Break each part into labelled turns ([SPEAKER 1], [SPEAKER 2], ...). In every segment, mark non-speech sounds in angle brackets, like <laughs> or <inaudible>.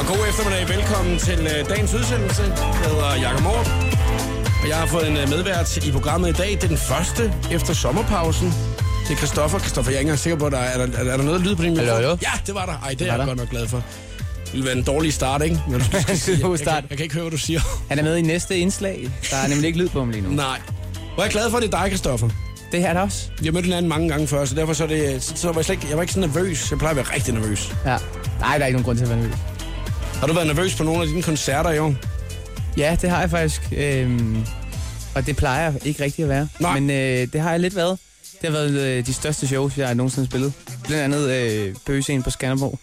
[SPEAKER 1] Og god eftermiddag. Velkommen til øh, dagens udsendelse. Jeg hedder Jakob Morten. Og jeg har fået en øh, medvært i programmet i dag. Det er den første efter sommerpausen. Det er Christoffer. Christoffer, jeg er ikke engang sikker på, at der er, er, der, er der noget lyd på din mikrofon?
[SPEAKER 2] hallo?
[SPEAKER 1] Ja, det var der. Ej, det, er
[SPEAKER 2] var
[SPEAKER 1] jeg
[SPEAKER 2] der.
[SPEAKER 1] godt nok glad for. Det ville være en dårlig start, ikke? Men du skal sige, jeg,
[SPEAKER 2] <laughs> God
[SPEAKER 1] jeg,
[SPEAKER 2] start.
[SPEAKER 1] kan, jeg kan ikke høre, hvad du siger. <laughs>
[SPEAKER 2] Han er med i næste indslag. Der er nemlig ikke lyd på ham lige nu.
[SPEAKER 1] Nej. Hvor er jeg glad for, at det er dig, Christoffer.
[SPEAKER 2] Det her er der også.
[SPEAKER 1] Jeg mødte hinanden mange gange før, så derfor så er det, så, så var jeg, slet ikke, jeg var ikke så nervøs. Jeg plejer at være rigtig nervøs.
[SPEAKER 2] Ja. Nej, der er ikke nogen grund til at være nervøs.
[SPEAKER 1] Har du været nervøs på nogle af dine koncerter i år?
[SPEAKER 2] Ja, det har jeg faktisk. Øhm, og det plejer jeg ikke rigtig at være.
[SPEAKER 1] Nej.
[SPEAKER 2] Men øh, det har jeg lidt været. Det har været øh, de største shows, jeg nogensinde har spillet. Blandt andet øh, Bøgescenen på Skanderborg.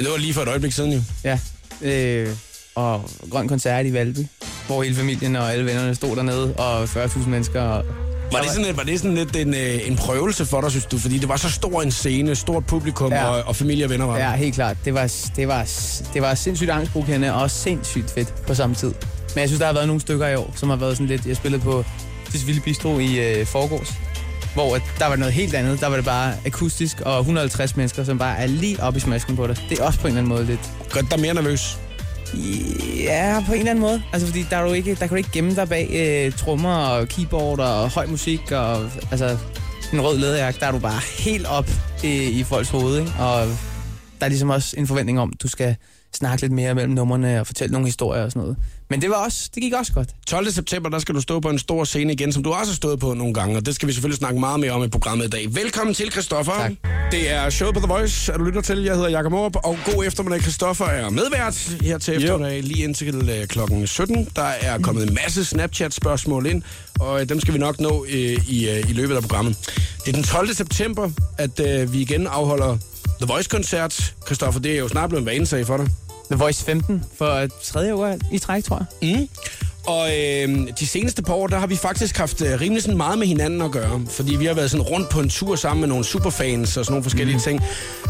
[SPEAKER 1] Det var lige for et øjeblik siden jo.
[SPEAKER 2] Ja. Øh, og Grøn Koncert i Valby, hvor hele familien og alle vennerne stod dernede, og 40.000 mennesker. Og...
[SPEAKER 1] Var det sådan, lidt- var det sådan lidt en, øh, en prøvelse for dig, synes du? Fordi det var så stor en scene, stort publikum ja.
[SPEAKER 2] Ja.
[SPEAKER 1] og, og familie og venner var der.
[SPEAKER 2] Ja, helt klart. Det var, det var, det var sindssygt angstprovokerende og sindssygt fedt på samme tid. Men jeg synes, der har været nogle stykker i år, som har været sådan lidt... Jeg spillede på Det Vilde Bistro i øh, forgårs, hvor at der var noget helt andet. Der var det bare akustisk og 150 mennesker, som bare er lige oppe i smasken på dig. Det er også på en eller anden måde lidt...
[SPEAKER 1] Gør dig mere nervøs.
[SPEAKER 2] Ja, på en eller anden måde. Altså, fordi der, er du ikke, der kan du ikke gemme dig bag øh, trommer og keyboard og høj musik og altså, en rød læderjakke. Der er du bare helt op øh, i folks hoved, ikke? Og der er ligesom også en forventning om, at du skal snakke lidt mere mellem numrene og fortælle nogle historier og sådan noget. Men det, var også, det gik også godt.
[SPEAKER 1] 12. september, der skal du stå på en stor scene igen, som du også har stået på nogle gange, og det skal vi selvfølgelig snakke meget mere om i programmet i dag. Velkommen til, Christoffer.
[SPEAKER 2] Tak.
[SPEAKER 1] Det er Show på The Voice, og du lytter til. Jeg hedder Jakob Aarup, og god eftermiddag. Christoffer er medvært her til eftermiddag, lige indtil øh, klokken 17. Der er kommet en masse Snapchat-spørgsmål ind, og øh, dem skal vi nok nå øh, i, øh, i løbet af programmet. Det er den 12. september, at øh, vi igen afholder The Voice-koncert. Christoffer, det er jo snart blevet en vanesag for dig.
[SPEAKER 2] The Voice 15 for tredje år i træk, tror jeg.
[SPEAKER 1] Mm. Og øh, de seneste par år, der har vi faktisk haft øh, rimelig sådan meget med hinanden at gøre. Fordi vi har været sådan rundt på en tur sammen med nogle superfans og sådan nogle forskellige mm. ting.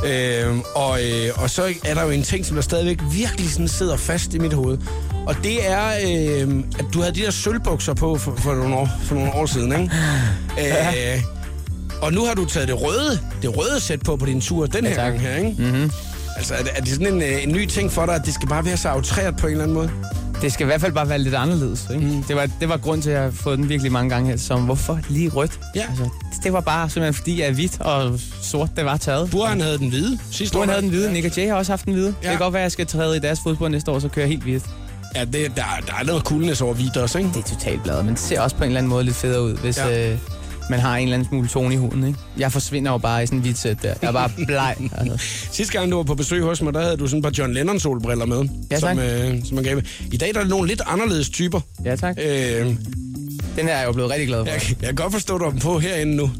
[SPEAKER 1] Øh, og, øh, og så er der jo en ting, som der stadigvæk virkelig sådan sidder fast i mit hoved. Og det er, øh, at du havde de der sølvbukser på for, for, nogle, år, for nogle år siden, <laughs> ikke? Øh, og nu har du taget det røde, det røde sæt på på din tur den her
[SPEAKER 2] tak.
[SPEAKER 1] gang her, ikke? Mm-hmm. Altså, er det, er det sådan en, øh, en ny ting for dig, at det skal bare være så outreret på en eller anden måde?
[SPEAKER 2] Det skal i hvert fald bare være lidt anderledes. Ikke? Mm. Det, var, det var grund til, at jeg har fået den virkelig mange gange her, som hvorfor lige rødt?
[SPEAKER 1] Ja.
[SPEAKER 2] Altså, det var bare simpelthen fordi, at hvidt og sort, det var taget.
[SPEAKER 1] Burhan havde den hvide sidste
[SPEAKER 2] Buren
[SPEAKER 1] år.
[SPEAKER 2] havde den hvide, Nick og Jay har også haft den hvide. Ja. Det kan godt være, at jeg skal træde i deres fodbold næste år, så kører jeg helt hvidt.
[SPEAKER 1] Ja, det, der, der er noget coolness over hvidt også, ikke?
[SPEAKER 2] Det er totalt bladet, men det ser også på en eller anden måde lidt federe ud, hvis
[SPEAKER 1] Ja.
[SPEAKER 2] ja. øh, man har en eller anden smule tone i huden. Ikke? Jeg forsvinder jo bare i sådan en hvidt sæt der. Jeg er <laughs> bare bleg. Altså.
[SPEAKER 1] Sidste gang, du var på besøg hos mig, der havde du sådan et par John Lennon-solbriller med.
[SPEAKER 2] Ja,
[SPEAKER 1] som,
[SPEAKER 2] tak.
[SPEAKER 1] øh, som man gav. I dag der er det nogle lidt anderledes typer.
[SPEAKER 2] Ja tak.
[SPEAKER 1] Øh, jeg,
[SPEAKER 2] Den her er jeg jo blevet rigtig glad for.
[SPEAKER 1] jeg kan godt forstå, du har dem på herinde nu.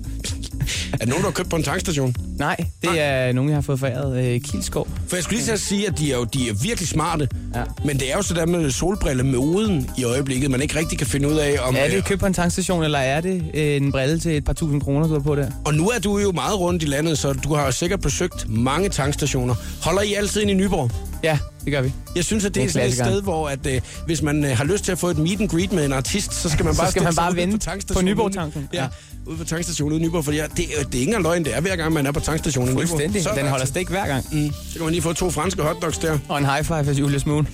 [SPEAKER 1] er det nogen, du har købt på en tankstation?
[SPEAKER 2] Nej, det er nogen, jeg har fået foræret øh, Kilskov.
[SPEAKER 1] For jeg skulle lige til at sige, at de er jo de er virkelig smarte.
[SPEAKER 2] Ja.
[SPEAKER 1] Men det er jo sådan med solbrille med moden i øjeblikket, man ikke rigtig kan finde ud af, om...
[SPEAKER 2] Er det
[SPEAKER 1] øh,
[SPEAKER 2] købt på en tankstation, eller er det øh, en brille til et par tusind kroner, du har på der?
[SPEAKER 1] Og nu er du jo meget rundt i landet, så du har jo sikkert besøgt mange tankstationer. Holder I altid ind i Nyborg?
[SPEAKER 2] Ja, det gør vi.
[SPEAKER 1] Jeg synes, at det,
[SPEAKER 2] Det er
[SPEAKER 1] er sådan et
[SPEAKER 2] klassikeren.
[SPEAKER 1] sted, hvor at, øh, hvis man øh, har lyst til at få et meet and greet med en artist, så skal man
[SPEAKER 2] <laughs> Så
[SPEAKER 1] bare,
[SPEAKER 2] skal man
[SPEAKER 1] stille sig
[SPEAKER 2] bare
[SPEAKER 1] ude
[SPEAKER 2] vende
[SPEAKER 1] på, tankstationen.
[SPEAKER 2] på Nyborg-tanken.
[SPEAKER 1] Ja,
[SPEAKER 2] Ja.
[SPEAKER 1] ude på tankstationen ude i Nyborg, for det er, det er ikke engang løgn, det er hver gang, man er på tankstationen i Nyborg.
[SPEAKER 2] Fuldstændig.
[SPEAKER 1] Så, er
[SPEAKER 2] Den
[SPEAKER 1] der
[SPEAKER 2] holder
[SPEAKER 1] altid-
[SPEAKER 2] stik hver gang.
[SPEAKER 1] Mm, så kan man lige få to franske hotdogs
[SPEAKER 2] <laughs>
[SPEAKER 1] der,
[SPEAKER 2] Og en high five af Julius Moon.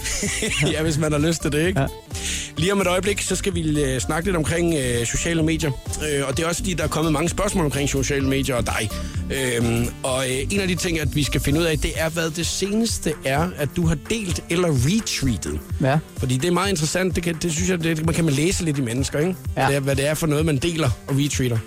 [SPEAKER 1] ja, hvis man har lyst til det, ikke? Ja.
[SPEAKER 2] Ja.
[SPEAKER 1] Lige om et øjeblik, så skal vi øh, snakke lidt omkring øh, sociale medier. Øh, og det er også fordi, der er kommet mange spørgsmål omkring sociale medier og dig. Øhm, og øh, en af de ting, at vi skal finde ud af, det er, hvad det seneste er, at du har delt eller retweetet.
[SPEAKER 2] Ja.
[SPEAKER 1] Fordi det er meget interessant. Det, kan, det synes jeg, det, man kan man læse lidt i mennesker, ikke? Ja.
[SPEAKER 2] Ja.
[SPEAKER 1] Hvad, det er, hvad det er for noget, man deler og retweeter.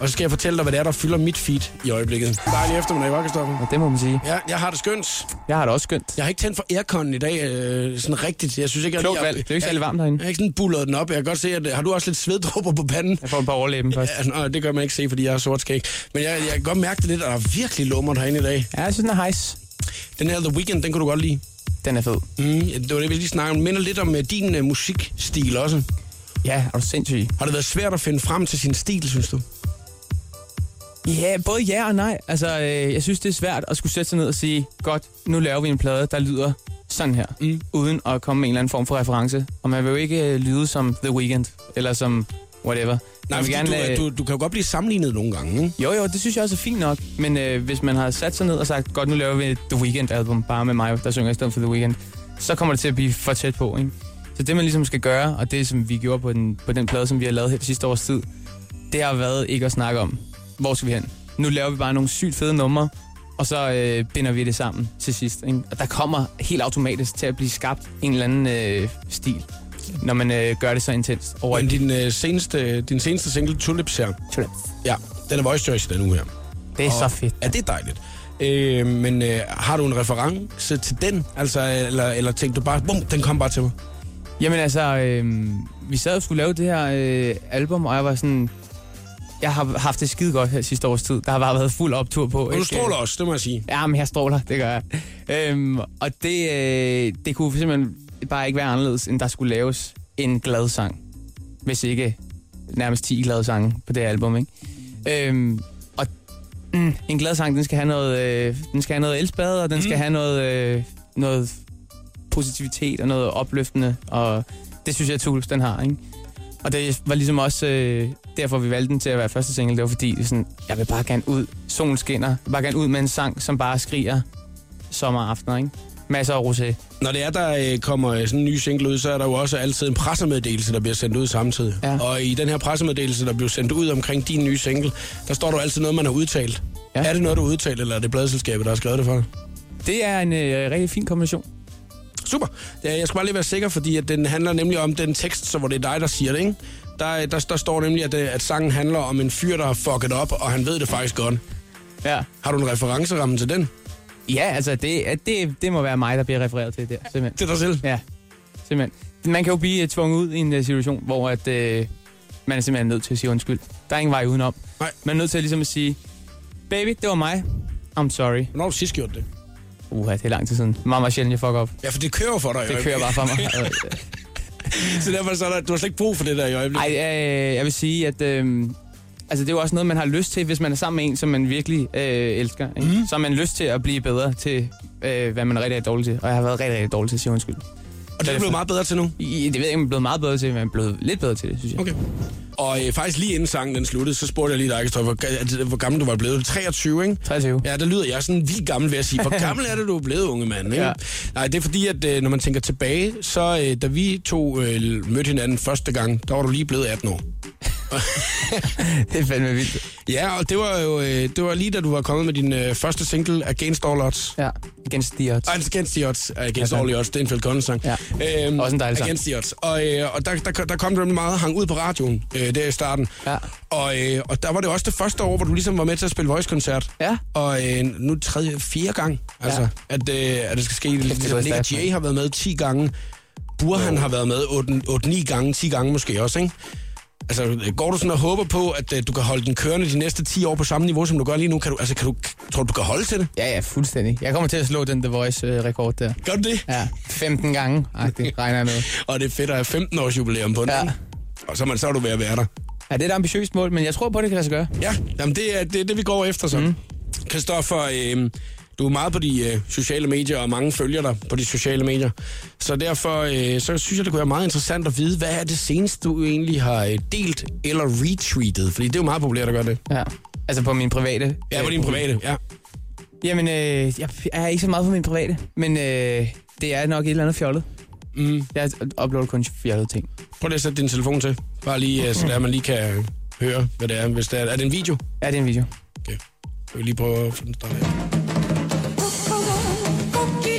[SPEAKER 1] Og så skal jeg fortælle dig, hvad det er, der fylder mit feed i øjeblikket. Dejlig eftermiddag, Vakkestoffer.
[SPEAKER 2] Og det må man sige.
[SPEAKER 1] Ja, jeg har det skønt.
[SPEAKER 2] Jeg har det også skønt.
[SPEAKER 1] Jeg har ikke tændt for aircon i dag, øh, sådan rigtigt. Jeg synes ikke, jeg
[SPEAKER 2] Klogt
[SPEAKER 1] jeg-
[SPEAKER 2] valg. Det er jo ikke
[SPEAKER 1] jeg-
[SPEAKER 2] særlig varmt derinde.
[SPEAKER 1] Jeg har ikke sådan bullet den op. Jeg kan godt se, at øh, har du også lidt sveddråber på panden?
[SPEAKER 2] Jeg får et par overlæben først.
[SPEAKER 1] Ja, nej, det gør man ikke se, fordi jeg har sort skæg. Men jeg, jeg kan godt mærke det lidt, at der er virkelig lummer herinde i dag.
[SPEAKER 2] Ja, jeg synes, den er hejs.
[SPEAKER 1] Den her The Weeknd, den kunne du godt lide.
[SPEAKER 2] Den er fed.
[SPEAKER 1] Mm, det var det, vi lige snakkede om. Minder lidt om øh, din øh, musikstil også.
[SPEAKER 2] Ja, er du sindssyg?
[SPEAKER 1] Har det været svært at finde frem til sin stil, synes du?
[SPEAKER 2] Ja, både ja og nej. Altså, øh, jeg synes, det er svært at skulle sætte sig ned og sige, godt, nu laver vi en plade, der lyder sådan her,
[SPEAKER 1] Mm.
[SPEAKER 2] mm. uden at komme med en eller anden form for reference. Og man vil jo ikke øh, lyde som The Weeknd, eller som whatever.
[SPEAKER 1] Nej,
[SPEAKER 2] man vil
[SPEAKER 1] fordi gerne,
[SPEAKER 2] øh,
[SPEAKER 1] du, du, du kan jo godt blive sammenlignet nogle gange, ikke?
[SPEAKER 2] Jo, jo, det synes jeg også er fint nok. Men øh, hvis man har sat sig ned og sagt, godt, nu laver vi et The Weeknd-album, bare med mig, der synger i stedet for The Weeknd, så kommer det til at blive for tæt på. Ikke? Så det, man ligesom skal gøre, og det, som vi gjorde på den, på den plade, som vi har lavet her det sidste års tid, det har været ikke at snakke om, hvor skal vi hen. Nu laver vi bare nogle sygt fede numre, og så øh, binder vi det sammen til sidst. Ikke? Og der kommer helt automatisk til at blive skabt en eller anden øh, stil, når man øh, gør det så intenst over
[SPEAKER 1] Men
[SPEAKER 2] et
[SPEAKER 1] din, øh, seneste, din seneste single, Tulips her,
[SPEAKER 2] trip.
[SPEAKER 1] ja, den er voice choice den uge her.
[SPEAKER 2] Det er så fedt.
[SPEAKER 1] Ja, det er dejligt. Øh, men øh, har du en reference til den? Altså, eller, eller tænkte du bare, bum, den kom bare til mig?
[SPEAKER 2] Jamen altså, øh, vi sad og skulle lave det her øh, album, og jeg var sådan... Jeg har haft det skide godt her sidste års tid. Der har bare været fuld optur på.
[SPEAKER 1] Og du
[SPEAKER 2] ikke? øh,
[SPEAKER 1] stråler også, det må jeg sige.
[SPEAKER 2] Ja, men jeg stråler, det gør jeg. Øhm, og det, øh, det kunne simpelthen bare ikke være anderledes, end der skulle laves en glad sang. Hvis ikke nærmest 10 glade sange på det her album, ikke? Øhm, og mm, en glad sang, den skal have noget, øh, den skal have noget elspade, og den mm. skal
[SPEAKER 1] Mm.
[SPEAKER 2] have noget, øh, noget positivitet og noget opløftende, og det synes jeg, Tools, den har, ikke? Og det var ligesom også øh, derfor, vi valgte den til at være første single. Det var fordi, det er sådan, jeg vil bare gerne ud. Solen skinner. Jeg vil bare gerne ud med en sang, som bare skriger sommeraftener, ikke? Masser af rosé.
[SPEAKER 1] Når det er, der øh, kommer øh, sådan en ny single ud, så er der jo også altid en pressemeddelelse, der bliver sendt ud samtidig.
[SPEAKER 2] Ja.
[SPEAKER 1] Og i den her pressemeddelelse, der bliver sendt ud omkring din nye single, der står der jo altid noget, man har udtalt.
[SPEAKER 2] Ja.
[SPEAKER 1] Ja. Er det noget, du har udtalt, eller er det bladselskabet, der har skrevet det for dig?
[SPEAKER 2] Det er en øh, rigtig fin kombination.
[SPEAKER 1] Super. Ja, Jeg skal bare lige være sikker, fordi at den handler nemlig om den tekst, så hvor det er dig, der siger det, ikke? Der, der, der står nemlig, at, det- at sangen handler om en fyr, der har fucket op, og han ved det faktisk godt.
[SPEAKER 2] Ja.
[SPEAKER 1] Har du en referenceramme til den?
[SPEAKER 2] Ja, altså, det, er- det, det må være mig, der bliver refereret til der, simpelthen.
[SPEAKER 1] Til dig selv?
[SPEAKER 2] Ja, simpelthen. Man kan jo blive øh, tvunget ud i en øh, situation, hvor at, øh, man er simpelthen nødt til at sige undskyld. Der er ingen vej udenom.
[SPEAKER 1] Nej.
[SPEAKER 2] Man er nødt til ligesom at sige, baby, det var mig. I'm sorry.
[SPEAKER 1] Hvornår har du sidst gjort det?
[SPEAKER 2] Uha, det er lang tid siden. Meget, meget sjældent, jeg fucker op.
[SPEAKER 1] Ja, for det kører for dig i
[SPEAKER 2] Det kører bare for mig.
[SPEAKER 1] <laughs> Så derfor så er der, du har slet ikke brug for det der i øjeblikket.
[SPEAKER 2] Ej, øh, jeg vil sige, at øh, altså, det er jo også noget, man har lyst til, hvis man er sammen med en, som man virkelig øh, elsker. Ikke? Mm. Så har man lyst til at blive bedre til, øh, hvad man rigtig er dårlig til. Og jeg har været rigtig, rigtig dårlig til at sige undskyld.
[SPEAKER 1] og det er du blevet meget bedre til nu.
[SPEAKER 2] I, det ved jeg ikke, om jeg er blevet meget bedre til, men jeg er blevet lidt bedre til det, synes jeg.
[SPEAKER 1] Okay. Og øh, faktisk lige inden sangen den sluttede, så spurgte jeg lige dig, Kristoffer, hvor, ga- altså, hvor gammel du var blevet. 23, ikke?
[SPEAKER 2] 23.
[SPEAKER 1] Ja, der lyder jeg sådan vildt gammel ved at sige,
[SPEAKER 2] <laughs>
[SPEAKER 1] hvor gammel er det, du er blevet, unge mand? Ikke?
[SPEAKER 2] Ja.
[SPEAKER 1] Ja. Nej, det er fordi, at øh, når man tænker tilbage, så øh, da vi to øh, mødte hinanden første gang, der var du lige blevet 18 år.
[SPEAKER 2] <laughs> det er fandme vildt.
[SPEAKER 1] Ja, og det var jo øh, det var lige da du var kommet med din øh, første single, Against All Odds.
[SPEAKER 2] Ja. Against the odds.
[SPEAKER 1] Ej, Against the Odds. Ej, Against
[SPEAKER 2] Ja,
[SPEAKER 1] All the Odds. Det er en Phil Collins sang.
[SPEAKER 2] Ja.
[SPEAKER 1] Øhm,
[SPEAKER 2] Også en dejlig sang.
[SPEAKER 1] Against the Odds. Og, øh, og der, der, der kom det meget hang ud på radioen øh, der i starten.
[SPEAKER 2] Ja.
[SPEAKER 1] Og, øh, og der var det også det første år, hvor du ligesom var med til at spille voice-koncert.
[SPEAKER 2] Ja.
[SPEAKER 1] Og øh, nu tredje, fire gang, altså,
[SPEAKER 2] Ja.
[SPEAKER 1] ja. at, øh, at det skal ske. Ligesom,
[SPEAKER 2] gået
[SPEAKER 1] Nick
[SPEAKER 2] stærkt,
[SPEAKER 1] Jay har været med 10 gange. Burhan har været med 8-9 gange, 10 gange måske også, ikke? Altså, går du sådan og håber på, at øh, du kan holde den kørende de næste 10 år på samme niveau, som du gør lige nu? Kan du, altså, kan du, tror du, du kan holde til det?
[SPEAKER 2] Ja, ja, fuldstændig. Jeg kommer til at slå den The Voice-rekord der.
[SPEAKER 1] Gør du det?
[SPEAKER 2] Ja, 15 gange. Ej, det regner jeg med.
[SPEAKER 1] Og det er fedt at have 15 års jubilæum på den.
[SPEAKER 2] Ja.
[SPEAKER 1] Ja. Og så er, man, så er du ved at være der.
[SPEAKER 2] Ja, det er et ambitiøst mål, men jeg tror på, det kan lade sig gøre.
[SPEAKER 1] Ja, jamen det er det, er det vi går efter så. Mm. Christoffer, øh, du er meget på de øh, sociale medier, og mange følger dig på de sociale medier. Så derfor øh, så synes jeg, det kunne være meget interessant at vide, hvad er det seneste, du egentlig har øh, delt eller retweetet? Fordi det er jo meget populært at gøre det.
[SPEAKER 2] Ja. Altså på min private.
[SPEAKER 1] Ja, på
[SPEAKER 2] øh,
[SPEAKER 1] din private. Ja.
[SPEAKER 2] Jamen, øh, jeg er ikke så meget på min private, men øh, det er nok et eller andet fjollet.
[SPEAKER 1] Mm.
[SPEAKER 2] Jeg uploader kun fjollede ting.
[SPEAKER 1] Prøv lige at sætte din telefon til. Bare lige, øh, så der man lige kan øh, høre, hvad det er. Hvis det er, er det en video?
[SPEAKER 2] Ja, det er en video.
[SPEAKER 1] Okay. Jeg vil lige prøve at få den startet. af.
[SPEAKER 3] 코끼리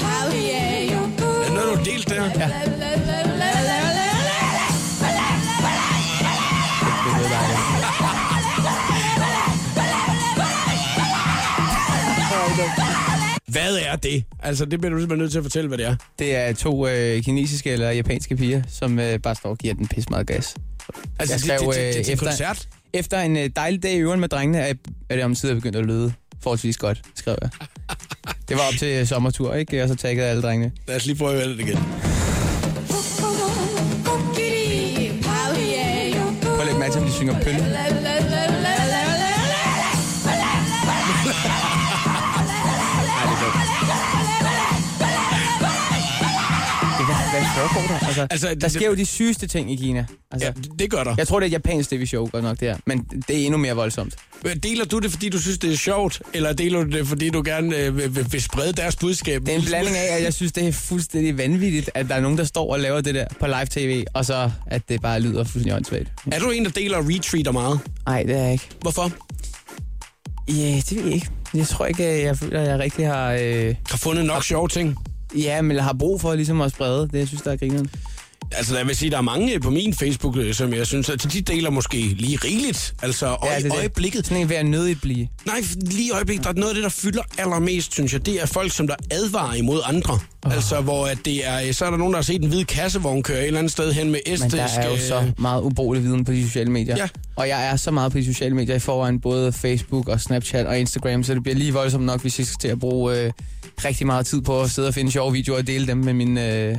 [SPEAKER 3] 바위에
[SPEAKER 1] Er det noget, du har delt der? Ja.
[SPEAKER 3] 요구
[SPEAKER 1] Hvad er det? Altså, det bliver du simpelthen nødt til at fortælle, hvad det er.
[SPEAKER 2] Det er to øh, kinesiske eller japanske piger, som øh, bare står og giver den pis meget gas.
[SPEAKER 1] Altså,
[SPEAKER 2] Jeg
[SPEAKER 1] det,
[SPEAKER 2] skrev,
[SPEAKER 1] det,
[SPEAKER 2] øh,
[SPEAKER 1] det, det, til
[SPEAKER 2] efter-
[SPEAKER 1] koncert?
[SPEAKER 2] Efter en øh, dejlig dag i øvrigt med drengene, er, er det omsider begyndt at lyde forholdsvis godt, skrev jeg. Det var op til øh, sommertur, ikke? Og så taggede jeg alle drengene.
[SPEAKER 1] Lad os lige prøve at høre det igen.
[SPEAKER 3] 코끼리 바위에 요구
[SPEAKER 2] Prøv at lægge mærke til, om de synger pølle. Hvad, hvad foregår der? Altså,
[SPEAKER 1] Altså,
[SPEAKER 2] altså,
[SPEAKER 1] det-
[SPEAKER 2] der sker jo de sygeste ting i Kina. Altså,
[SPEAKER 1] Ja,
[SPEAKER 2] ja.
[SPEAKER 1] det- det gør der.
[SPEAKER 2] Jeg tror, det er et japansk tv-show godt nok, det her. Men det er endnu mere voldsomt.
[SPEAKER 1] Deler du det, fordi du synes, det er sjovt, eller deler du det, fordi du gerne øh, vil, vil- vil sprede deres budskab?
[SPEAKER 2] Det er en blanding af, at jeg synes, det er fuldstændig vanvittigt, at der er nogen, der står og laver det der på live-tv, og så at det bare lyder fuldstændig åndssvagt.
[SPEAKER 1] Er du en, der deler og retweeter meget?
[SPEAKER 2] Nej, det er jeg ikke.
[SPEAKER 1] Hvorfor?
[SPEAKER 2] Ja, yeah, det ved jeg ikke. Jeg tror ikke, at jeg føler, at jeg rigtig har... Øh,
[SPEAKER 1] Har fundet nok sjove ting?
[SPEAKER 2] ja, men har brug for ligesom at sprede det, jeg synes, der er grineren.
[SPEAKER 1] Altså, jeg vil sige, der er mange på min Facebook, øh, som jeg synes, at de deler måske lige rigeligt. Altså, øje, ja,
[SPEAKER 2] det er
[SPEAKER 1] det
[SPEAKER 2] det.
[SPEAKER 1] øjeblikket.
[SPEAKER 2] Sådan en vil jeg nødigt blive.
[SPEAKER 1] Nej, lige i øjeblikket, der er noget af det, der fylder allermest, synes jeg, det er folk, som der advarer imod andre.
[SPEAKER 2] Ah.
[SPEAKER 1] Oh. Altså, hvor at det er, øh, så er der nogen, der har set en hvid kassevogn køre et eller andet sted hen med
[SPEAKER 2] Men
[SPEAKER 1] estisk...
[SPEAKER 2] der er jo
[SPEAKER 1] øh,
[SPEAKER 2] så meget ubrugelig viden på de sociale medier.
[SPEAKER 1] Ja.
[SPEAKER 2] Og jeg er så meget på de sociale medier i forvejen, både Facebook og Snapchat og Instagram, så det bliver lige voldsomt nok, hvis jeg skal til at bruge øh, rigtig meget tid på at sidde og finde sjove videoer og dele dem med min... Øh,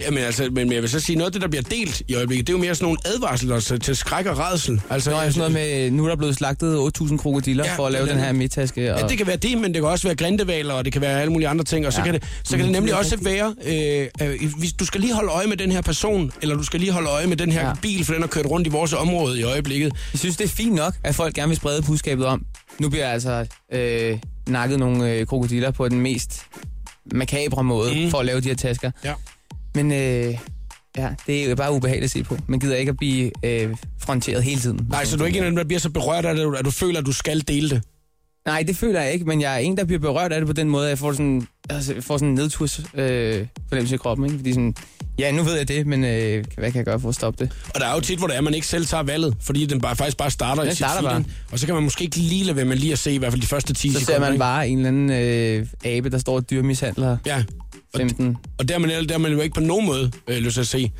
[SPEAKER 1] Jamen altså, men jeg vil så sige, noget af det, der bliver delt i øjeblikket, det er jo mere sådan nogle advarsler til, til skræk og redsel. Altså,
[SPEAKER 2] Nå, jeg sådan noget med, nu er der blevet slagtet 8.000 krokodiller
[SPEAKER 1] Ja,
[SPEAKER 2] ja, for at lave
[SPEAKER 1] blandt
[SPEAKER 2] den her
[SPEAKER 1] andet.
[SPEAKER 2] midtaske. Og...
[SPEAKER 1] Ja, det kan være det, men det kan også være grindevaler, og det kan være alle mulige andre ting. Og så, ja.
[SPEAKER 2] Ja. Mm,
[SPEAKER 1] kan, det, så kan det nemlig også være, øh, øh, hvis du skal lige holde øje med den her person, eller du skal lige holde øje med den her ja.
[SPEAKER 2] Ja.
[SPEAKER 1] bil, for den har kørt rundt i vores område i øjeblikket.
[SPEAKER 2] Jeg synes, det er fint nok, at folk gerne vil sprede budskabet om, nu bliver jeg altså øh, nakket nogle øh, krokodiller på den mest makabre måde
[SPEAKER 1] Mm.
[SPEAKER 2] mm. for at lave de her tasker.
[SPEAKER 1] Ja.
[SPEAKER 2] Men øh, ja, det er jo bare ubehageligt at se på. Man gider ikke at blive øh, fronteret hele tiden.
[SPEAKER 1] Nej, så du er ikke en af dem, der bliver så berørt af det, at du føler, at du skal dele det.
[SPEAKER 2] Nej, det føler jeg ikke, men jeg er en, der bliver berørt af det på den måde, at jeg får sådan, altså, jeg får sådan en nedturs øh, fornemmelse i kroppen. Ikke? Fordi sådan, ja, nu ved jeg det, men øh, hvad kan jeg gøre for at stoppe det?
[SPEAKER 1] Og der er jo tit, hvor det er, at man ikke selv tager valget, fordi den bare, faktisk bare starter i
[SPEAKER 2] Den
[SPEAKER 1] sit
[SPEAKER 2] starter
[SPEAKER 1] feed,
[SPEAKER 2] bare.
[SPEAKER 1] ikke? Og så kan man måske ikke lige lade være med lige at se i hvert fald de første 10
[SPEAKER 2] Så ser
[SPEAKER 1] sekunder.
[SPEAKER 2] man
[SPEAKER 1] ikke?
[SPEAKER 2] bare en eller anden øh, abe, der står og dyremishandler
[SPEAKER 1] Ja, Og det-
[SPEAKER 2] 15.
[SPEAKER 1] og der er man, der er man jo ikke på nogen måde øh, lyst til at se.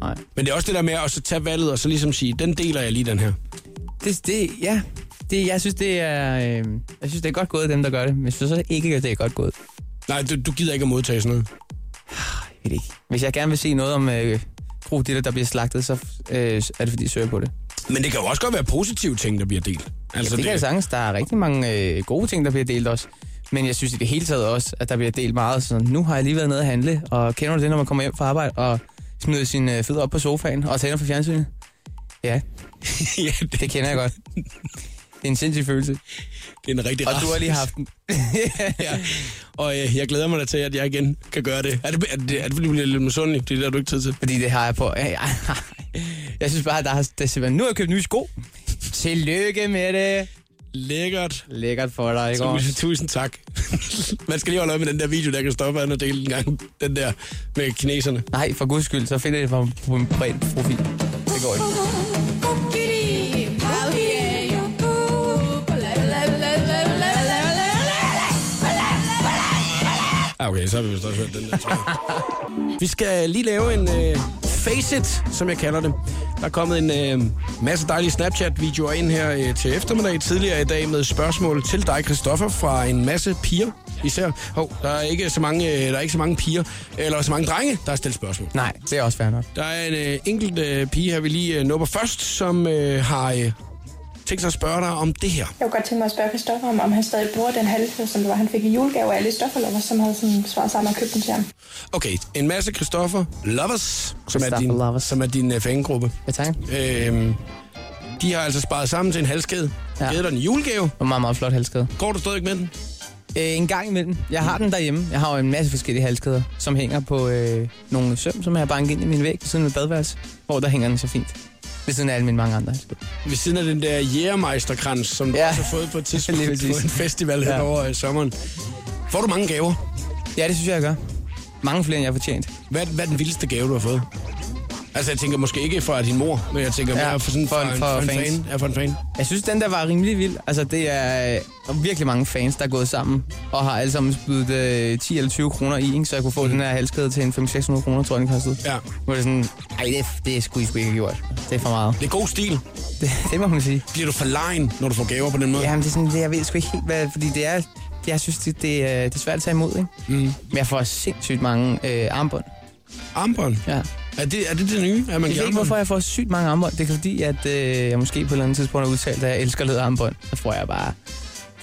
[SPEAKER 2] Nej.
[SPEAKER 1] Men det er også det der med at så tage valget og så ligesom sige, den deler jeg lige den her.
[SPEAKER 2] Det, det, ja. Det, jeg synes, det er, øh, jeg synes, det er godt gået af dem, der gør det. Men jeg synes så ikke, at det er godt gået.
[SPEAKER 1] Nej, du, du gider ikke at modtage sådan noget.
[SPEAKER 2] Jeg ved det ikke. Hvis jeg gerne vil se noget om øh, krokodiller, der bliver slagtet, så øh, er det, fordi jeg søger på det.
[SPEAKER 1] Men det kan jo også godt være positive ting, der bliver delt.
[SPEAKER 2] Altså, ja, det kan jeg sagtens. Der er rigtig mange øh, gode ting, der bliver delt også. Men jeg synes i det hele taget også, at der bliver delt meget. Så nu har jeg lige været nede at handle, og kender du det, når man kommer hjem fra arbejde og smider sin øh, fødder op på sofaen og tænder for fjernsynet?
[SPEAKER 1] <laughs>
[SPEAKER 2] Ja,
[SPEAKER 1] ja, det,
[SPEAKER 2] det kender jeg godt. <laughs> Det er en sindssyg følelse.
[SPEAKER 1] det er en rigtig
[SPEAKER 2] Og
[SPEAKER 1] rar
[SPEAKER 2] du har lige haft den.
[SPEAKER 1] ja. Og øh, jeg glæder mig da til, at jeg igen kan gøre det. Er det, er det, er det fordi, du bliver lidt misundelig? Det er der, du ikke tid til.
[SPEAKER 2] <laughs> Fordi det har jeg på. Ja, ja. Jeg synes bare, der har der er simpelthen... Nu har jeg købt nye sko. Tillykke med det.
[SPEAKER 1] Lækkert.
[SPEAKER 2] Lækkert for dig, ikke også?
[SPEAKER 1] Tusind, <laughs> tusind tak. Man skal lige holde øje med den der video, der kan stoppe han og dele en gang den der med kineserne.
[SPEAKER 2] Nej, for guds skyld, så finder jeg det på, på min private profil. Det går ikke.
[SPEAKER 3] Kokiri, Paulie, Yoko. Ole, ole, ole, ole, ole, ole, ole, ole, ole, ole.
[SPEAKER 1] Ah, okay, så har vi vist også hørt den der. tror
[SPEAKER 2] <laughs>
[SPEAKER 1] jeg. vi skal lige lave en øh, facet, som jeg kalder det. Der er kommet en øh, masse dejlige Snapchat-videoer ind her øh, til eftermiddag tidligere i dag med spørgsmål til dig, Christoffer, fra en masse piger især. Hov, der er ikke så mange, øh, der er ikke så mange piger, eller så mange drenge, der har stillet spørgsmål.
[SPEAKER 2] Nej, det er også fair nok.
[SPEAKER 1] Der er en øh, enkelt øh, pige her, vi lige øh, nupper først, som øh, har øh, tænkt sig at spørge dig om det her.
[SPEAKER 4] Jeg kunne godt tænke mig at spørge Christoffer, om, om han stadig bruger den halse, som det var, han fik i julegave af alle stofferlopper, som havde sådan svaret sammen og købt den til ham.
[SPEAKER 1] Okay, en masse Christoffer Lovers, som er din,
[SPEAKER 2] Christoffer Lovers.
[SPEAKER 1] som er din øh, fangruppe.
[SPEAKER 2] Hvad tak.
[SPEAKER 1] Øhm, de har altså sparet sammen til en halskæde. Ja.
[SPEAKER 2] Ja.
[SPEAKER 1] Givet dig en julegave.
[SPEAKER 2] Og meget, meget flot halskæde.
[SPEAKER 1] Går du stadig med den?
[SPEAKER 2] Øh, en gang imellem. Jeg har den derhjemme. Jeg har jo en masse forskellige halskæder, som hænger på øh, nogle søm, som jeg har banket ind i min væg ved siden af mit badeværelse, hvor der hænger den så fint. Ved siden af alle mine mange andre halskæder.
[SPEAKER 1] Ved siden af den der jægermeisterkrans, som du
[SPEAKER 2] Ja.
[SPEAKER 1] ja. også har fået på et tidspunkt
[SPEAKER 2] <laughs> Lige
[SPEAKER 1] på
[SPEAKER 2] præcis.
[SPEAKER 1] en festival ja.
[SPEAKER 2] Ja.
[SPEAKER 1] her over øh, sommeren. Får du mange gaver?
[SPEAKER 2] Ja, det synes jeg, jeg gør. Mange flere, end jeg har fortjent.
[SPEAKER 1] Hvad, hvad er den vildeste gave, du har fået? Altså, jeg tænker måske ikke fra din mor, men jeg tænker
[SPEAKER 2] Ja,
[SPEAKER 1] mere fra, sådan,
[SPEAKER 2] for
[SPEAKER 1] fra,
[SPEAKER 2] en-
[SPEAKER 1] en,
[SPEAKER 2] for
[SPEAKER 1] fra en
[SPEAKER 2] fans.
[SPEAKER 1] fan. Ja, fra en fan.
[SPEAKER 2] Jeg synes, den der var rimelig vild. Altså, det er øh, virkelig mange fans, der er gået sammen og har alle sammen spydet øh, 10 eller 20 kroner i, ikke? så jeg kunne få den her halskæde til en 500-600 kroner, tror jeg, den kostede.
[SPEAKER 1] Mm. Ja.
[SPEAKER 2] Hvor det er sådan, ej, det, det skulle I sgu ikke have gjort. Det er for meget. <laughs>
[SPEAKER 1] Det er god stil.
[SPEAKER 2] Det, det må man sige.
[SPEAKER 1] Bliver du for lejen, når du får gaver på den måde?
[SPEAKER 2] Jamen, det er sådan, det, jeg ved sgu ikke helt, hvad, fordi det er, jeg synes, det, det, er, det er svært at tage imod, ikke?
[SPEAKER 1] Mm.
[SPEAKER 2] Men jeg får sindssygt mange øh, armbånd.
[SPEAKER 1] Armbånd.
[SPEAKER 2] Ja.
[SPEAKER 1] Er det, er det det nye? Er man
[SPEAKER 2] Jeg ved
[SPEAKER 1] giver
[SPEAKER 2] ikke,
[SPEAKER 1] armbånd?
[SPEAKER 2] hvorfor jeg får sygt mange armbånd. Det er fordi, at øh, jeg måske på et eller andet tidspunkt har udtalt, at jeg elsker læderarmbånd. Så får jeg bare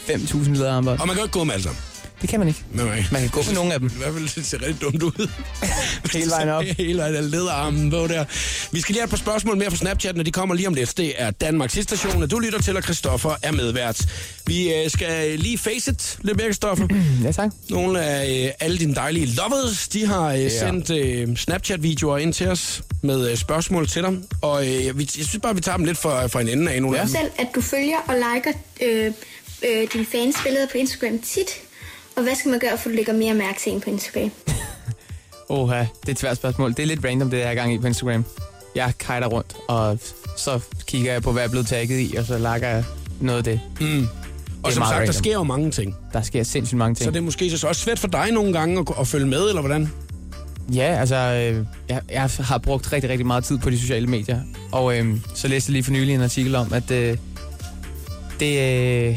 [SPEAKER 2] 5.000 læderarmbånd.
[SPEAKER 1] Og man kan jo ikke gå med alt sammen.
[SPEAKER 2] Det kan man ikke.
[SPEAKER 1] Men man,
[SPEAKER 2] Man kan gå med nogle af dem.
[SPEAKER 1] I hvert fald det ser rigtig dumt ud.
[SPEAKER 2] <laughs> Hele vejen op.
[SPEAKER 1] <laughs> Hele vejen af lederarmen på der. Vi skal lige have et par spørgsmål mere fra Snapchat, når de kommer lige om lidt. Det er Danmarks station, og du lytter til, og Christoffer er medvært. Vi øh, skal lige face it lidt mere,
[SPEAKER 2] <clears throat>
[SPEAKER 1] Christoffer.
[SPEAKER 2] Ja, tak.
[SPEAKER 1] Nogle af øh, alle dine dejlige lovers, de har øh, sendt øh, Snapchat-videoer ind til os med øh, spørgsmål til dem. Og øh, vi, jeg synes bare, vi tager dem lidt fra, fra en ende af nogle ja. af dem.
[SPEAKER 5] selv, at du følger og liker øh, øh, dine fans billeder på Instagram tit. Og hvad skal man gøre, for at du lægger mere mærke til en på Instagram?
[SPEAKER 2] Oha, det er et svært spørgsmål. Det er lidt random, det der er gang i på Instagram. Jeg kajter rundt, og så kigger jeg på, hvad jeg er blevet tagget i, og så lakker jeg noget af det.
[SPEAKER 1] Og
[SPEAKER 2] er
[SPEAKER 1] som sagt,
[SPEAKER 2] meget
[SPEAKER 1] der
[SPEAKER 2] random.
[SPEAKER 1] sker jo mange ting.
[SPEAKER 2] Der sker sindssygt mange ting.
[SPEAKER 1] Så det er måske så også svært for dig nogle gange at, at følge med, eller hvordan?
[SPEAKER 2] Ja, altså, øh, jeg, jeg har brugt rigtig, rigtig meget tid på de sociale medier. Og øh, så læste jeg lige for nylig en artikel om, at øh, det, øh,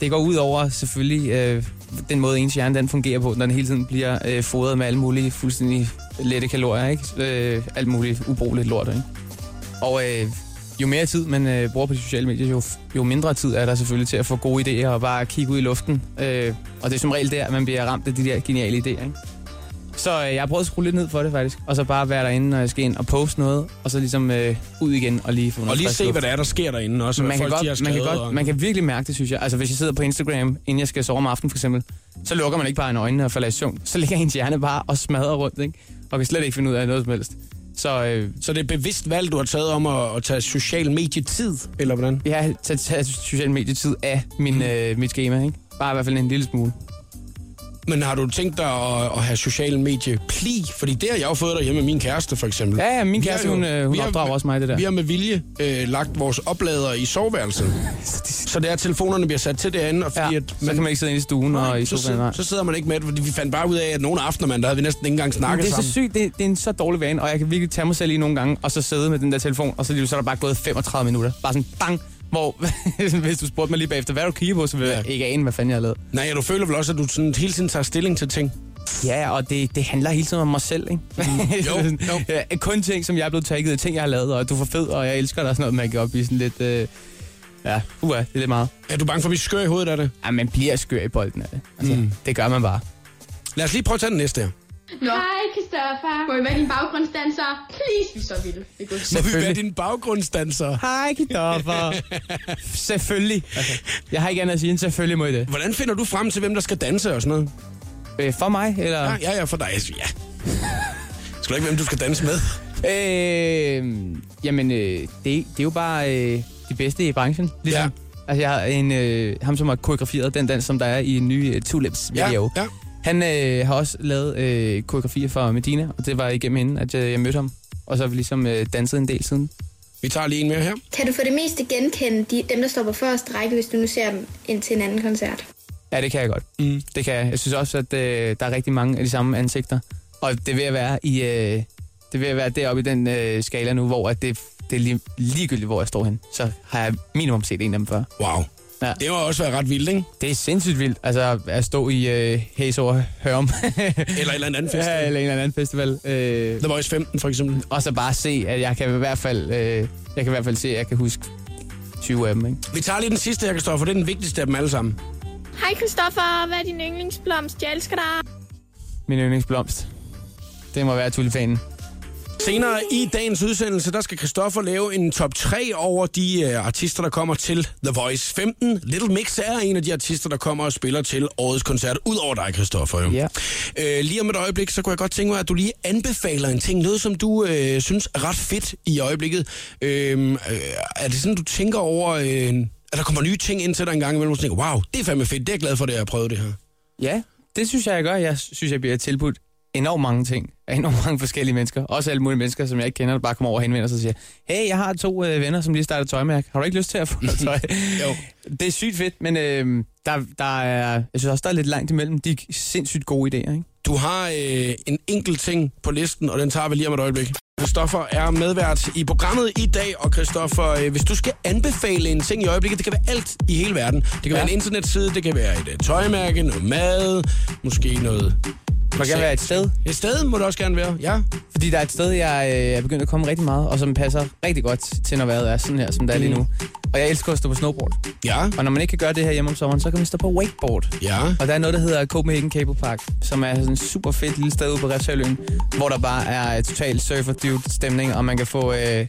[SPEAKER 2] det går ud over selvfølgelig øh, den måde, ens hjerne den fungerer på, når den hele tiden bliver øh, fodret med alle mulige fuldstændig lette kalorier, ikke? Øh, alt muligt ubrugeligt lort, ikke? Og øh, jo mere tid man øh, bruger på de sociale medier, jo, jo mindre tid er der selvfølgelig til at få gode idéer og bare kigge ud i luften. Øh, og det er som regel der, man bliver ramt af de der geniale idéer, ikke? Så øh, jeg har prøvet at skrue lidt ned for det faktisk, og så bare være derinde, når jeg skal ind og poste noget, og så ligesom øh, ud igen og lige få noget
[SPEAKER 1] Og lige
[SPEAKER 2] frisk
[SPEAKER 1] se,
[SPEAKER 2] luft.
[SPEAKER 1] hvad der er, der sker derinde også.
[SPEAKER 2] man
[SPEAKER 1] Man
[SPEAKER 2] kan,
[SPEAKER 1] folk, godt, de har
[SPEAKER 2] godt, man,
[SPEAKER 1] skrevet,
[SPEAKER 2] kan godt,
[SPEAKER 1] og...
[SPEAKER 2] man kan virkelig mærke det, synes jeg. Altså, hvis jeg sidder på Instagram, inden jeg skal sove om aftenen, for eksempel, så lukker man ikke bare en øjnene og falder i søvn. Så ligger ens hjerne bare og smadrer rundt, ikke? Og kan slet ikke finde ud af noget som helst. Så øh,
[SPEAKER 1] Så det er et bevidst valg, du har taget om at, at tage social medietid, eller hvordan?
[SPEAKER 2] jeg har taget, taget social medietid af min,
[SPEAKER 1] Mm.
[SPEAKER 2] øh, mit schema, ikke? Bare i hvert fald en lille smule.
[SPEAKER 1] Men har du tænkt dig at, at have social mediepli? Fordi det har jeg jo fået derhjemme med min kæreste, for eksempel.
[SPEAKER 2] Ja, ja, min
[SPEAKER 1] Vi har
[SPEAKER 2] kæreste,
[SPEAKER 1] jo-
[SPEAKER 2] hun, øh, hun
[SPEAKER 1] vi har-
[SPEAKER 2] opdrager også mig i det der.
[SPEAKER 1] Vi har med vilje øh, lagt vores oplader i soveværelset. så det er, at telefonerne bliver sat til derinde, og fordi
[SPEAKER 2] Ja,
[SPEAKER 1] at
[SPEAKER 2] så kan man ikke sidde inde i stuen
[SPEAKER 1] Nej,
[SPEAKER 2] og i
[SPEAKER 1] så,
[SPEAKER 2] sofaen.
[SPEAKER 1] sidder,
[SPEAKER 2] nej.
[SPEAKER 1] så sidder man ikke med det, fordi vi fandt bare ud af, at nogle aftener, man, der havde vi næsten ikke engang snakket
[SPEAKER 2] det er så
[SPEAKER 1] sammen.
[SPEAKER 2] sygt, det, det er en så dårlig vane, og jeg kan virkelig tage mig selv i nogle gange, og så sidde med den der telefon, og så, lige, så er der bare gået 35 minutter. Bare sådan bang, hvor <laughs> hvis du spurgte mig lige bagefter, hvad har du kigger på, så vil jeg
[SPEAKER 1] Ja.
[SPEAKER 2] ikke ane, hvad fanden jeg har lavet.
[SPEAKER 1] Nej, ja, du føler vel også, at du sådan hele tiden tager stilling til ting.
[SPEAKER 2] Ja, og det, det handler hele tiden om mig selv, ikke? <laughs>
[SPEAKER 1] jo, jo.
[SPEAKER 2] Ja, kun ting, som jeg er blevet tagget af, ting jeg har lavet, og du er for fed, og jeg elsker dig, og sådan noget, man kan op i sådan lidt... Øh, ja, uha, det er lidt meget.
[SPEAKER 1] Er du bange for, at vi skør i hovedet af det?
[SPEAKER 2] Ej, man bliver skør i bolden af det. Altså, mm. Det gør man bare.
[SPEAKER 1] Lad os lige prøve at tage den næste her.
[SPEAKER 6] Nå. Hej, Christoffer. Må vi være dine baggrundsdansere? Please, vi er så vilde. Det er godt.
[SPEAKER 1] Må vi være
[SPEAKER 2] Selvfølgelig.
[SPEAKER 1] dine baggrundsdansere?
[SPEAKER 2] Hej, Kristoffer. <laughs> selvfølgelig. Okay. Jeg har ikke andet at sige end selvfølgelig må I det.
[SPEAKER 1] Hvordan finder du frem til, hvem der skal danse og sådan noget? Ah,
[SPEAKER 2] Øh, for mig, eller?
[SPEAKER 1] Ja, ja, ja for dig. Ja. Skal du ikke, hvem du skal danse med?
[SPEAKER 2] Øh, jamen, øh, det, det er jo bare øh, de bedste i branchen. Ligesom.
[SPEAKER 1] Ja.
[SPEAKER 2] Ja. Altså, jeg har en, øh, ham, som har koreograferet den dans, som der er i en ny øh, Tulips
[SPEAKER 1] Ja,
[SPEAKER 2] video.
[SPEAKER 1] ja.
[SPEAKER 2] Han øh, har også lavet øh, koreografier for Medina, og det var igennem hende, at øh, jeg, jeg mødte ham. Og så har vi ligesom øh, danset en del siden.
[SPEAKER 1] Vi tager lige en mere her.
[SPEAKER 5] Kan du for det meste genkende de, dem, der står på første række, hvis du nu ser dem ind til en anden koncert?
[SPEAKER 2] Ja, det kan jeg godt. Mm. Det kan jeg. Jeg synes også, at øh, der er rigtig mange af de samme ansigter. Og det vil jeg være i... Øh, det vil jeg være deroppe i den øh, skala nu, hvor at det, det er lige, ligegyldigt, hvor jeg står hen. Så har jeg minimum set en af dem før.
[SPEAKER 1] Wow.
[SPEAKER 2] Ja.
[SPEAKER 1] Det må også være ret vildt, ikke?
[SPEAKER 2] Det er sindssygt vildt, altså at stå i øh, Hæs over <laughs> Hørum.
[SPEAKER 1] Eller et eller andet fest.
[SPEAKER 2] ja, eller en eller anden festival. Øh,
[SPEAKER 1] The Voice 15, for eksempel.
[SPEAKER 2] og så bare se, at jeg kan i hvert fald, øh, jeg kan i hvert fald se, at jeg kan huske 20 af dem. Ikke?
[SPEAKER 1] Vi tager lige den sidste her, Kristoffer. Det er den vigtigste af dem alle sammen.
[SPEAKER 6] Hej, Christoffer. Hvad er din yndlingsblomst? Jeg elsker dig.
[SPEAKER 2] Min yndlingsblomst. Det må være tulipanen.
[SPEAKER 1] Senere i dagens udsendelse, der skal Kristoffer lave en top 3 over de øh, artister, der kommer til The Voice 15. Little Mix er en af de artister, der kommer og spiller til årets koncert, udover dig, Kristoffer. jo.
[SPEAKER 2] Ja.
[SPEAKER 1] Øh, lige om et øjeblik, så kunne jeg godt tænke mig, at du lige anbefaler en ting, noget som du øh, synes er ret fedt i øjeblikket. Øh, øh, er det sådan, du tænker over, øh, at der kommer nye ting ind til dig en gang imellem, og du tænker, wow, det er fandme fedt, det er jeg glad for, at jeg har prøvet det her.
[SPEAKER 2] Ja, det synes jeg, jeg gør. Jeg synes, jeg bliver tilbudt enormt mange ting af enormt mange forskellige mennesker. Også alle mulige mennesker, som jeg ikke kender, der bare kommer over og henvender sig og siger, hey, jeg har to øh, venner, som lige startede tøjmærke. Har du ikke lyst til at få <laughs> noget tøj?
[SPEAKER 1] Jo.
[SPEAKER 2] Det er sygt fedt, men øh, der, der er, jeg synes også, der er lidt langt imellem. De er sindssygt gode idéer, ikke?
[SPEAKER 1] Du har øh, en enkelt ting på listen, og den tager vi lige om et øjeblik. Christoffer er medvært i programmet i dag, og Christoffer, øh, hvis du skal anbefale en ting i øjeblikket, det kan være alt i hele verden. Det kan ja.
[SPEAKER 2] Ja.
[SPEAKER 1] være en internetside, det kan være et øh, tøjmærke, noget mad, måske noget...
[SPEAKER 2] Man kan være et sted,
[SPEAKER 1] Et sted må det også gerne være, ja.
[SPEAKER 2] fordi der er et sted, jeg øh, er begyndt at komme rigtig meget, og som passer rigtig godt til, når vejret er sådan her, som der er lige nu. Og jeg elsker at stå på snowboard.
[SPEAKER 1] Ja,
[SPEAKER 2] Og når man ikke kan gøre det her hjemme om sommeren, så kan man stå på wakeboard.
[SPEAKER 1] ja.
[SPEAKER 2] Og der er noget, der hedder Copenhagen Cable Park, som er sådan en super fedt lille sted ude på Refshaløen, hvor der bare er øh, total surfer dude stemning, og man kan få øh,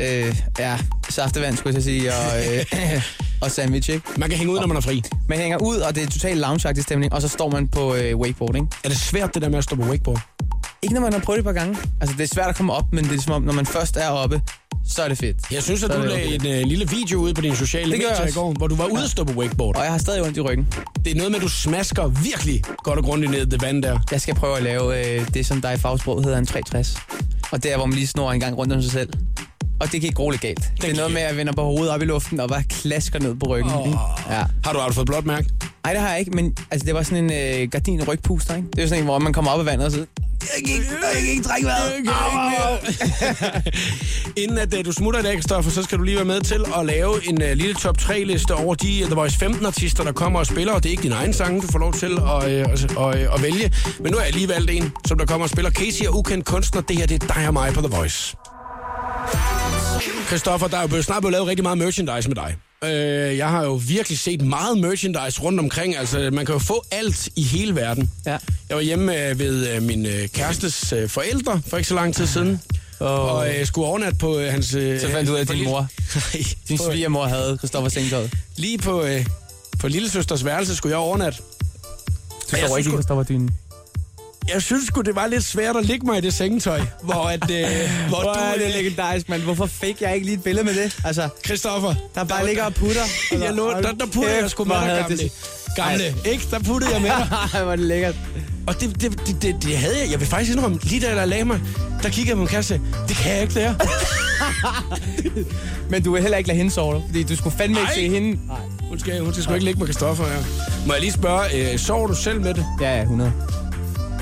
[SPEAKER 2] øh, ja, saftevand, skulle jeg til at sige, og, øh, og sandwich, ikke?
[SPEAKER 1] Man kan hænge ud, når man er fri.
[SPEAKER 2] Man hænger ud, og det er total loungeagtig stemning, og så står man på øh, wakeboard, ikke?
[SPEAKER 1] Er det svært, det der med at stå på wakeboard?
[SPEAKER 2] Ikke når man har prøvet det et par gange. Altså, det er svært at komme op, men det er som om, når man først er oppe, så er det fedt.
[SPEAKER 1] Jeg synes, at
[SPEAKER 2] Så er
[SPEAKER 1] du
[SPEAKER 2] det
[SPEAKER 1] lagde
[SPEAKER 2] okay.
[SPEAKER 1] en øh, lille video ud på dine sociale
[SPEAKER 2] Det gør jeg
[SPEAKER 1] medier i
[SPEAKER 2] også.
[SPEAKER 1] går, hvor du var ude at stå på wakeboard.
[SPEAKER 2] Og jeg har stadig ondt i ryggen.
[SPEAKER 1] Det er noget med, at du smasker virkelig godt og grundigt ned i det vand der.
[SPEAKER 2] Jeg skal prøve at lave øh, det, som der i fagsprog hedder en 360. Og det er, hvor man lige snor en gang rundt om sig selv. Og det gik roligt galt. Det, det er
[SPEAKER 1] gik
[SPEAKER 2] noget med, at jeg vender på hovedet op i luften og bare klasker ned på ryggen. Oh. Ja.
[SPEAKER 1] Har du, har du fået blåt mærke?
[SPEAKER 2] Ej, det har jeg ikke, men altså, det var sådan en øh, gardin rygpuster, ikke? Det er jo sådan en, hvor man kommer op af vandet og så... Jeg kan ikke, jeg kan ikke trække vejret. Au, au, au.
[SPEAKER 1] <laughs> Inden at øh, du smutter i dag, Kristoffer, så skal du lige være med til at lave en øh, lille top 3-liste over de øh, The Voice 15-artister, der kommer og spiller. Og det er ikke din egen sang, du får lov til at, øh, at, at, at vælge. Men nu har jeg lige valgt en, som der kommer og spiller. Casey og ukendt kunstner, det her det er dig og mig på The Voice. Kristoffer, der er jo blevet- snart blevet lavet rigtig meget merchandise med dig. Øh, jeg har jo virkelig set meget merchandise rundt omkring. Altså, man kan jo få alt i hele verden.
[SPEAKER 2] Ja.
[SPEAKER 1] Jeg var hjemme øh, ved øh, min øh, kærestes øh, forældre for ikke så lang tid siden. Oh. Og øh, skulle overnatte på øh, hans... Øh,
[SPEAKER 2] Så fandt du ud af, at
[SPEAKER 1] på
[SPEAKER 2] din
[SPEAKER 1] lille-
[SPEAKER 2] mor-
[SPEAKER 1] <laughs> Nej,
[SPEAKER 2] Din
[SPEAKER 1] på-
[SPEAKER 2] svigermor havde Christoffer Sengtøjet.
[SPEAKER 1] Lige på, øh, på lillesøsters værelse skulle jeg overnatte.
[SPEAKER 2] Du
[SPEAKER 1] jeg
[SPEAKER 2] står
[SPEAKER 1] synes
[SPEAKER 2] ikke i
[SPEAKER 1] sgu-
[SPEAKER 2] Christoffer Dynen.
[SPEAKER 1] Jeg synes sgu, det var lidt svært at ligge mig i det sengetøj, hvor, at,
[SPEAKER 2] <laughs>
[SPEAKER 1] øh, hvor,
[SPEAKER 2] Hvor
[SPEAKER 1] du...
[SPEAKER 2] er det
[SPEAKER 1] øh,
[SPEAKER 2] legendarisk, mand. Hvorfor fik jeg ikke lige et billede med det? Altså,
[SPEAKER 1] Christoffer,
[SPEAKER 2] der bare ligger og putter.
[SPEAKER 1] <laughs> jeg lå, der, der puttede jeg sgu med dig, gamle.
[SPEAKER 2] <laughs>
[SPEAKER 1] Gamle, ikke? Der puttede jeg med dig.
[SPEAKER 2] Ej, hvor er det lækkert.
[SPEAKER 1] Og det, det, det, det, det havde jeg. Jeg vil faktisk indrømme, lige da jeg lagde mig, der kiggede jeg på min kasse. Det kan jeg ikke, det her.
[SPEAKER 2] Men du vil heller ikke lade hende sove, fordi du skulle fandme ikke
[SPEAKER 1] Ej.
[SPEAKER 2] se hende.
[SPEAKER 1] <laughs> Hun skal, hun skal sgu ikke ligge med Kristoffer her. Må jeg lige spørge, øh, sover du selv med det?
[SPEAKER 2] Ja, ja, 100.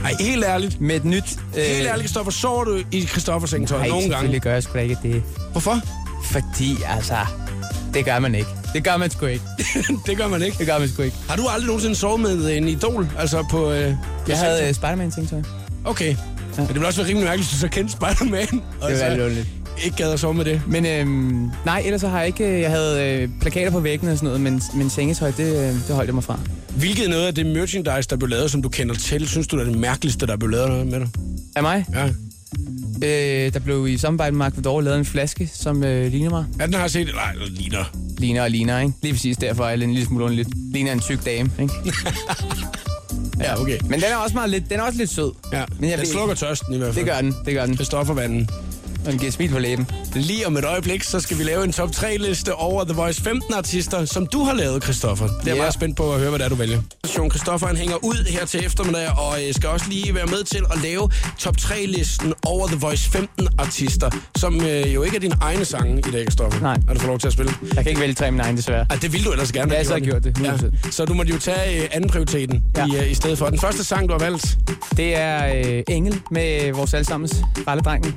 [SPEAKER 1] Ej, helt ærligt.
[SPEAKER 2] Med et nyt... øh,
[SPEAKER 1] Helt ærligt, Kristoffer, sover du i Kristoffers sengetøj
[SPEAKER 2] ej,
[SPEAKER 1] nogle gange?
[SPEAKER 2] selvfølgelig gør jeg sgu da ikke det.
[SPEAKER 1] Hvorfor?
[SPEAKER 2] Fordi, altså, det gør man ikke. Det gør man sgu ikke.
[SPEAKER 1] <laughs> det gør man ikke.
[SPEAKER 2] Det gør man sgu ikke.
[SPEAKER 1] Har du aldrig nogensinde sovet med en idol? Altså på... Øh, på
[SPEAKER 2] Jeg havde
[SPEAKER 1] sengetøj?
[SPEAKER 2] uh, Spider-Man tænktøj.
[SPEAKER 1] Okay. Men det ville også være rimelig mærkeligt, hvis du så kendte Spider-Man. Og
[SPEAKER 2] Det var
[SPEAKER 1] så
[SPEAKER 2] lidt
[SPEAKER 1] ikke gad at sove med det.
[SPEAKER 2] Men øhm, nej, ellers så har jeg ikke... øh, Jeg havde øh, plakater på væggene og sådan noget, men, men sengetøj, det, øh, det holdt jeg mig fra.
[SPEAKER 1] Hvilket noget af det merchandise, der blev lavet, som du kender til, synes du er det mærkeligste, der blev lavet noget med dig?
[SPEAKER 2] Af mig?
[SPEAKER 1] Ja.
[SPEAKER 2] Øh, der blev i samarbejde med Mark Vidor lavet en flaske, som øh, ligner mig.
[SPEAKER 1] Ja, den har jeg set. Nej, den ligner.
[SPEAKER 2] Ligner og ligner, ikke? Lige præcis derfor er jeg en lille smule lidt ligner en tyk dame, ikke?
[SPEAKER 1] Ja, okay.
[SPEAKER 2] Men den er også, meget lidt, den er også lidt sød.
[SPEAKER 1] Ja,
[SPEAKER 2] Men jeg
[SPEAKER 1] den
[SPEAKER 2] ved-
[SPEAKER 1] slukker tørsten i hvert fald.
[SPEAKER 2] Det gør den, det gør den.
[SPEAKER 1] Kristoffervanden.
[SPEAKER 2] Og den giver smil på læben.
[SPEAKER 1] Lige om et øjeblik, så skal vi lave en top 3-liste over The Voice 15-artister, som du har lavet, Christoffer. Det er yeah.
[SPEAKER 2] Ja.
[SPEAKER 1] meget spændt på at høre, hvad det er, du vælger. Jon Christoffer han hænger ud her til eftermiddag, og øh, skal også lige være med til at lave top 3-listen over The Voice 15-artister, som øh, jo ikke er dine egne sange i dag, Christoffer.
[SPEAKER 2] Nej.
[SPEAKER 1] Har du fået lov til at spille?
[SPEAKER 2] Jeg kan ikke vælge tre af mine egne, desværre.
[SPEAKER 1] Ah, det ville du ellers gerne
[SPEAKER 2] Ja, så har jeg gjort det, 100%.
[SPEAKER 1] Så du måtte jo tage øh, anden prioriteten ja.
[SPEAKER 2] Ja.
[SPEAKER 1] i, øh, i stedet for. Den første sang, du har valgt,
[SPEAKER 2] Det er øh, Engel med vores allesammens ralledrengen.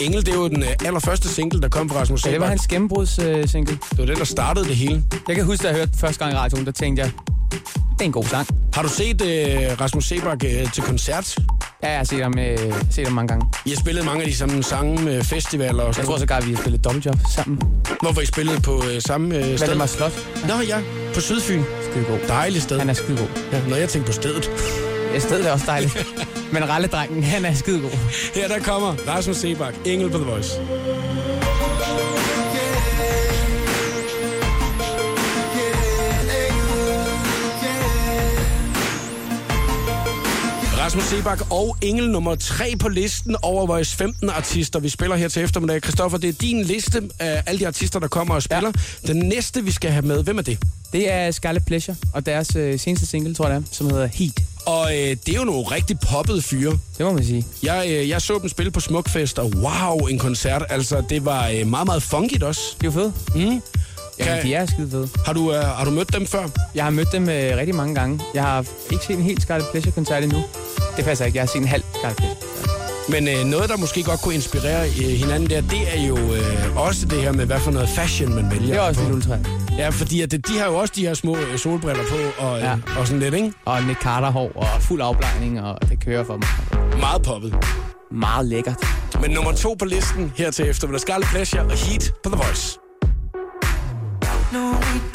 [SPEAKER 1] Engel, det er jo den øh, allerførste single, der kom fra Rasmus
[SPEAKER 2] Ja, det var
[SPEAKER 1] Sebak.
[SPEAKER 2] hans gennembrudssingle. Øh, single.
[SPEAKER 1] det var den, der startede det hele.
[SPEAKER 2] jeg kan huske, da jeg hørte den første gang i radioen, der tænkte jeg, det er en god sang.
[SPEAKER 1] Har du set øh, Rasmus Sebak øh, til koncert?
[SPEAKER 2] Ja, jeg har set ham, øh, set ham mange gange.
[SPEAKER 1] I har spillet mange af de samme sange med festivaler og
[SPEAKER 2] Jeg
[SPEAKER 1] sådan
[SPEAKER 2] tror
[SPEAKER 1] noget.
[SPEAKER 2] sågar, at vi har spillet dobbeltjob sammen.
[SPEAKER 1] Hvorfor I spillede på øh, samme øh, sted?
[SPEAKER 2] Valdemar Slot.
[SPEAKER 1] Nå ja, på Sydfyn.
[SPEAKER 2] Skidegod.
[SPEAKER 1] Dejligt sted.
[SPEAKER 2] Han er skidegod.
[SPEAKER 1] Ja, når jeg tænker på stedet.
[SPEAKER 2] Jeg stedet er også
[SPEAKER 1] <laughs>
[SPEAKER 2] dejligt. Men ralledrengen, han er skidegod.
[SPEAKER 1] Her der kommer Rasmus Sebak, Engel på The Voice. Rasmus Sebak og Engel nummer 3 på listen over vores 15 artister, vi spiller her til eftermiddag. Kristoffer, det er din liste af alle de artister, der kommer og spiller. Ja. Den næste, vi skal have med, hvem er det?
[SPEAKER 2] Det er Scarlet Pleasure, og deres øh, seneste single, tror jeg det er, som hedder Heat.
[SPEAKER 1] Og øh, det er jo nogle rigtig poppede fyre.
[SPEAKER 2] Det må man sige.
[SPEAKER 1] Jeg, øh, jeg så dem spille på Smukfest, og wow, en koncert. Altså, det var øh, meget, meget funkigt også.
[SPEAKER 2] De er jo fede.
[SPEAKER 1] Mm.
[SPEAKER 2] Jamen,
[SPEAKER 1] Kan,
[SPEAKER 2] de er skide fede.
[SPEAKER 1] har, du, øh, har du mødt dem før?
[SPEAKER 2] Jeg har mødt dem øh, rigtig mange gange. Jeg har ikke set en helt Scarlet Pleasure-koncert endnu. Det passer ikke. Jeg har set en halv Scarlet Pleasure.
[SPEAKER 1] Men øh, noget, der måske godt kunne inspirere øh, hinanden der, det er jo øh, også det her med, hvad for noget fashion man vælger.
[SPEAKER 2] Det er også
[SPEAKER 1] på.
[SPEAKER 2] lidt ultra.
[SPEAKER 1] Ja, fordi at, det- de har jo også de her små øh, solbriller på og, øh, ja.
[SPEAKER 2] Ja.
[SPEAKER 1] og sådan lidt, ikke?
[SPEAKER 2] Og Nick Carter hår og fuld afblejning, og det kører for mig.
[SPEAKER 1] Meget poppet.
[SPEAKER 2] Meget lækkert.
[SPEAKER 1] Men nummer to på listen her til eftermiddag, Scarlet Pleasure og Heat på The Voice.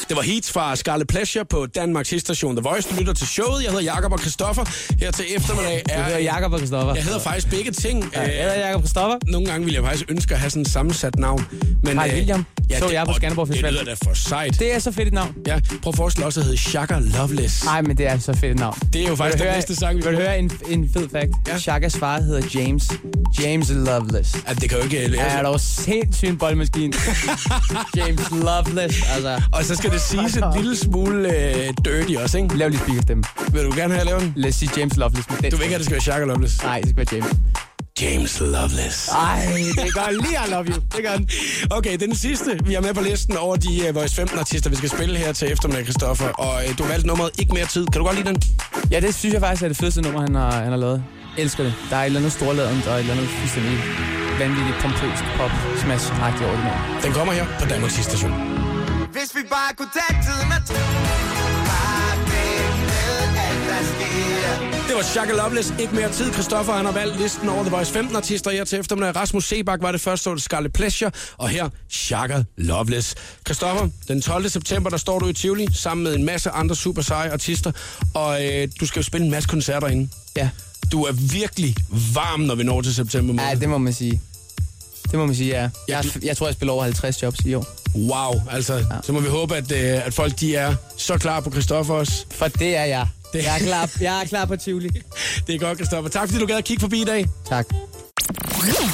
[SPEAKER 1] Det var Heats fra Scarlet Pleasure på Danmarks Hitstation The Voice. Du lytter til showet. Jeg hedder Jakob og Christoffer. Her til eftermiddag
[SPEAKER 2] Du
[SPEAKER 1] er...
[SPEAKER 2] hedder Jakob og Kristoffer.
[SPEAKER 1] Jeg hedder faktisk begge ting.
[SPEAKER 2] Ja, jeg hedder
[SPEAKER 1] Øh,
[SPEAKER 2] Jakob Kristoffer.
[SPEAKER 1] Nogle gange ville jeg faktisk ønske at have sådan et sammensat navn. Men,
[SPEAKER 2] Hej,
[SPEAKER 1] øh,
[SPEAKER 2] William. Så
[SPEAKER 1] det-
[SPEAKER 2] jeg på
[SPEAKER 1] og
[SPEAKER 2] Skanderborg Festival.
[SPEAKER 1] Det lyder da for sejt.
[SPEAKER 2] Det er så fedt et navn.
[SPEAKER 1] Ja, prøv at forestille også at hedde Shaka Loveless.
[SPEAKER 2] Nej, men det er så fedt et navn.
[SPEAKER 1] Det er jo faktisk
[SPEAKER 2] Vil du
[SPEAKER 1] den
[SPEAKER 2] høre-
[SPEAKER 1] næste sang, vi
[SPEAKER 2] Vil du høre en, en fed fact?
[SPEAKER 1] Ja.
[SPEAKER 2] Ja. Chakas far hedder James. James Loveless.
[SPEAKER 1] Ja, det kan jo ikke...
[SPEAKER 2] Ja,
[SPEAKER 1] <laughs>
[SPEAKER 2] er dog sindssygt en boldmaskine. James Loveless, altså.
[SPEAKER 1] Og så skal det siges en lille smule øh, dirty også, ikke?
[SPEAKER 2] Lav lige speakerstemme.
[SPEAKER 1] Vil du gerne have lavet den?
[SPEAKER 2] Lad os sige James Loveless med den.
[SPEAKER 1] Du vil ikke have, at det skal være Shaka Loveless?
[SPEAKER 2] Nej, det skal være James.
[SPEAKER 1] James Loveless.
[SPEAKER 2] Ej, det gør lige I love you. Det gør den.
[SPEAKER 1] Okay, den sidste, vi har med på listen over de uh, Voice 15 artister, vi skal spille her til eftermiddag, Christoffer. Og uh, du valgte nummeret Ikke Mere Tid. Kan du godt lide den?
[SPEAKER 2] Ja, det synes jeg faktisk er det fedeste nummer, han har, han har lavet. Elsker det. Der er et eller andet storladent og et eller andet fuldstændig vanvittigt pompøst pop smash agtigt over det nummer.
[SPEAKER 1] Den kommer her på Danmarks Station.
[SPEAKER 7] Hvis vi bare kunne tage tiden og tro Bare det med alt der sker
[SPEAKER 1] Det var Shaka Loveless, Ikke Mere Tid. Christoffer, han har valgt listen over The Voice 15 artister her til eftermiddag. Rasmus Sebak var det første, så var det Scarlet Pleasure. Og her, Shaka Loveless. Christoffer, den 12. september, der står du i Tivoli sammen med en masse andre super seje artister. Og øh, du skal jo spille en masse koncerter inde.
[SPEAKER 2] Ja.
[SPEAKER 1] Du er virkelig varm, når vi når til september måned.
[SPEAKER 2] ja, det må man sige. Det må man sige, ja. Jeg,
[SPEAKER 1] gl-
[SPEAKER 2] jeg tror, jeg spiller over 50 jobs i år.
[SPEAKER 1] Wow, altså, ja. så må vi håbe, at, øh, at folk de er så klar på Christoffer også.
[SPEAKER 2] For det er jeg.
[SPEAKER 1] Det-
[SPEAKER 2] Jeg er klar, jeg er klar på Tivoli.
[SPEAKER 1] Det er godt, Christoffer. Tak fordi du gad at kigge forbi i dag.
[SPEAKER 2] Tak.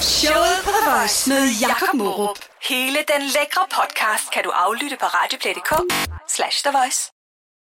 [SPEAKER 8] Showet på The Voice med Jakob Morup. Hele den lækre podcast kan du aflytte på radioplay.dk slash The Voice.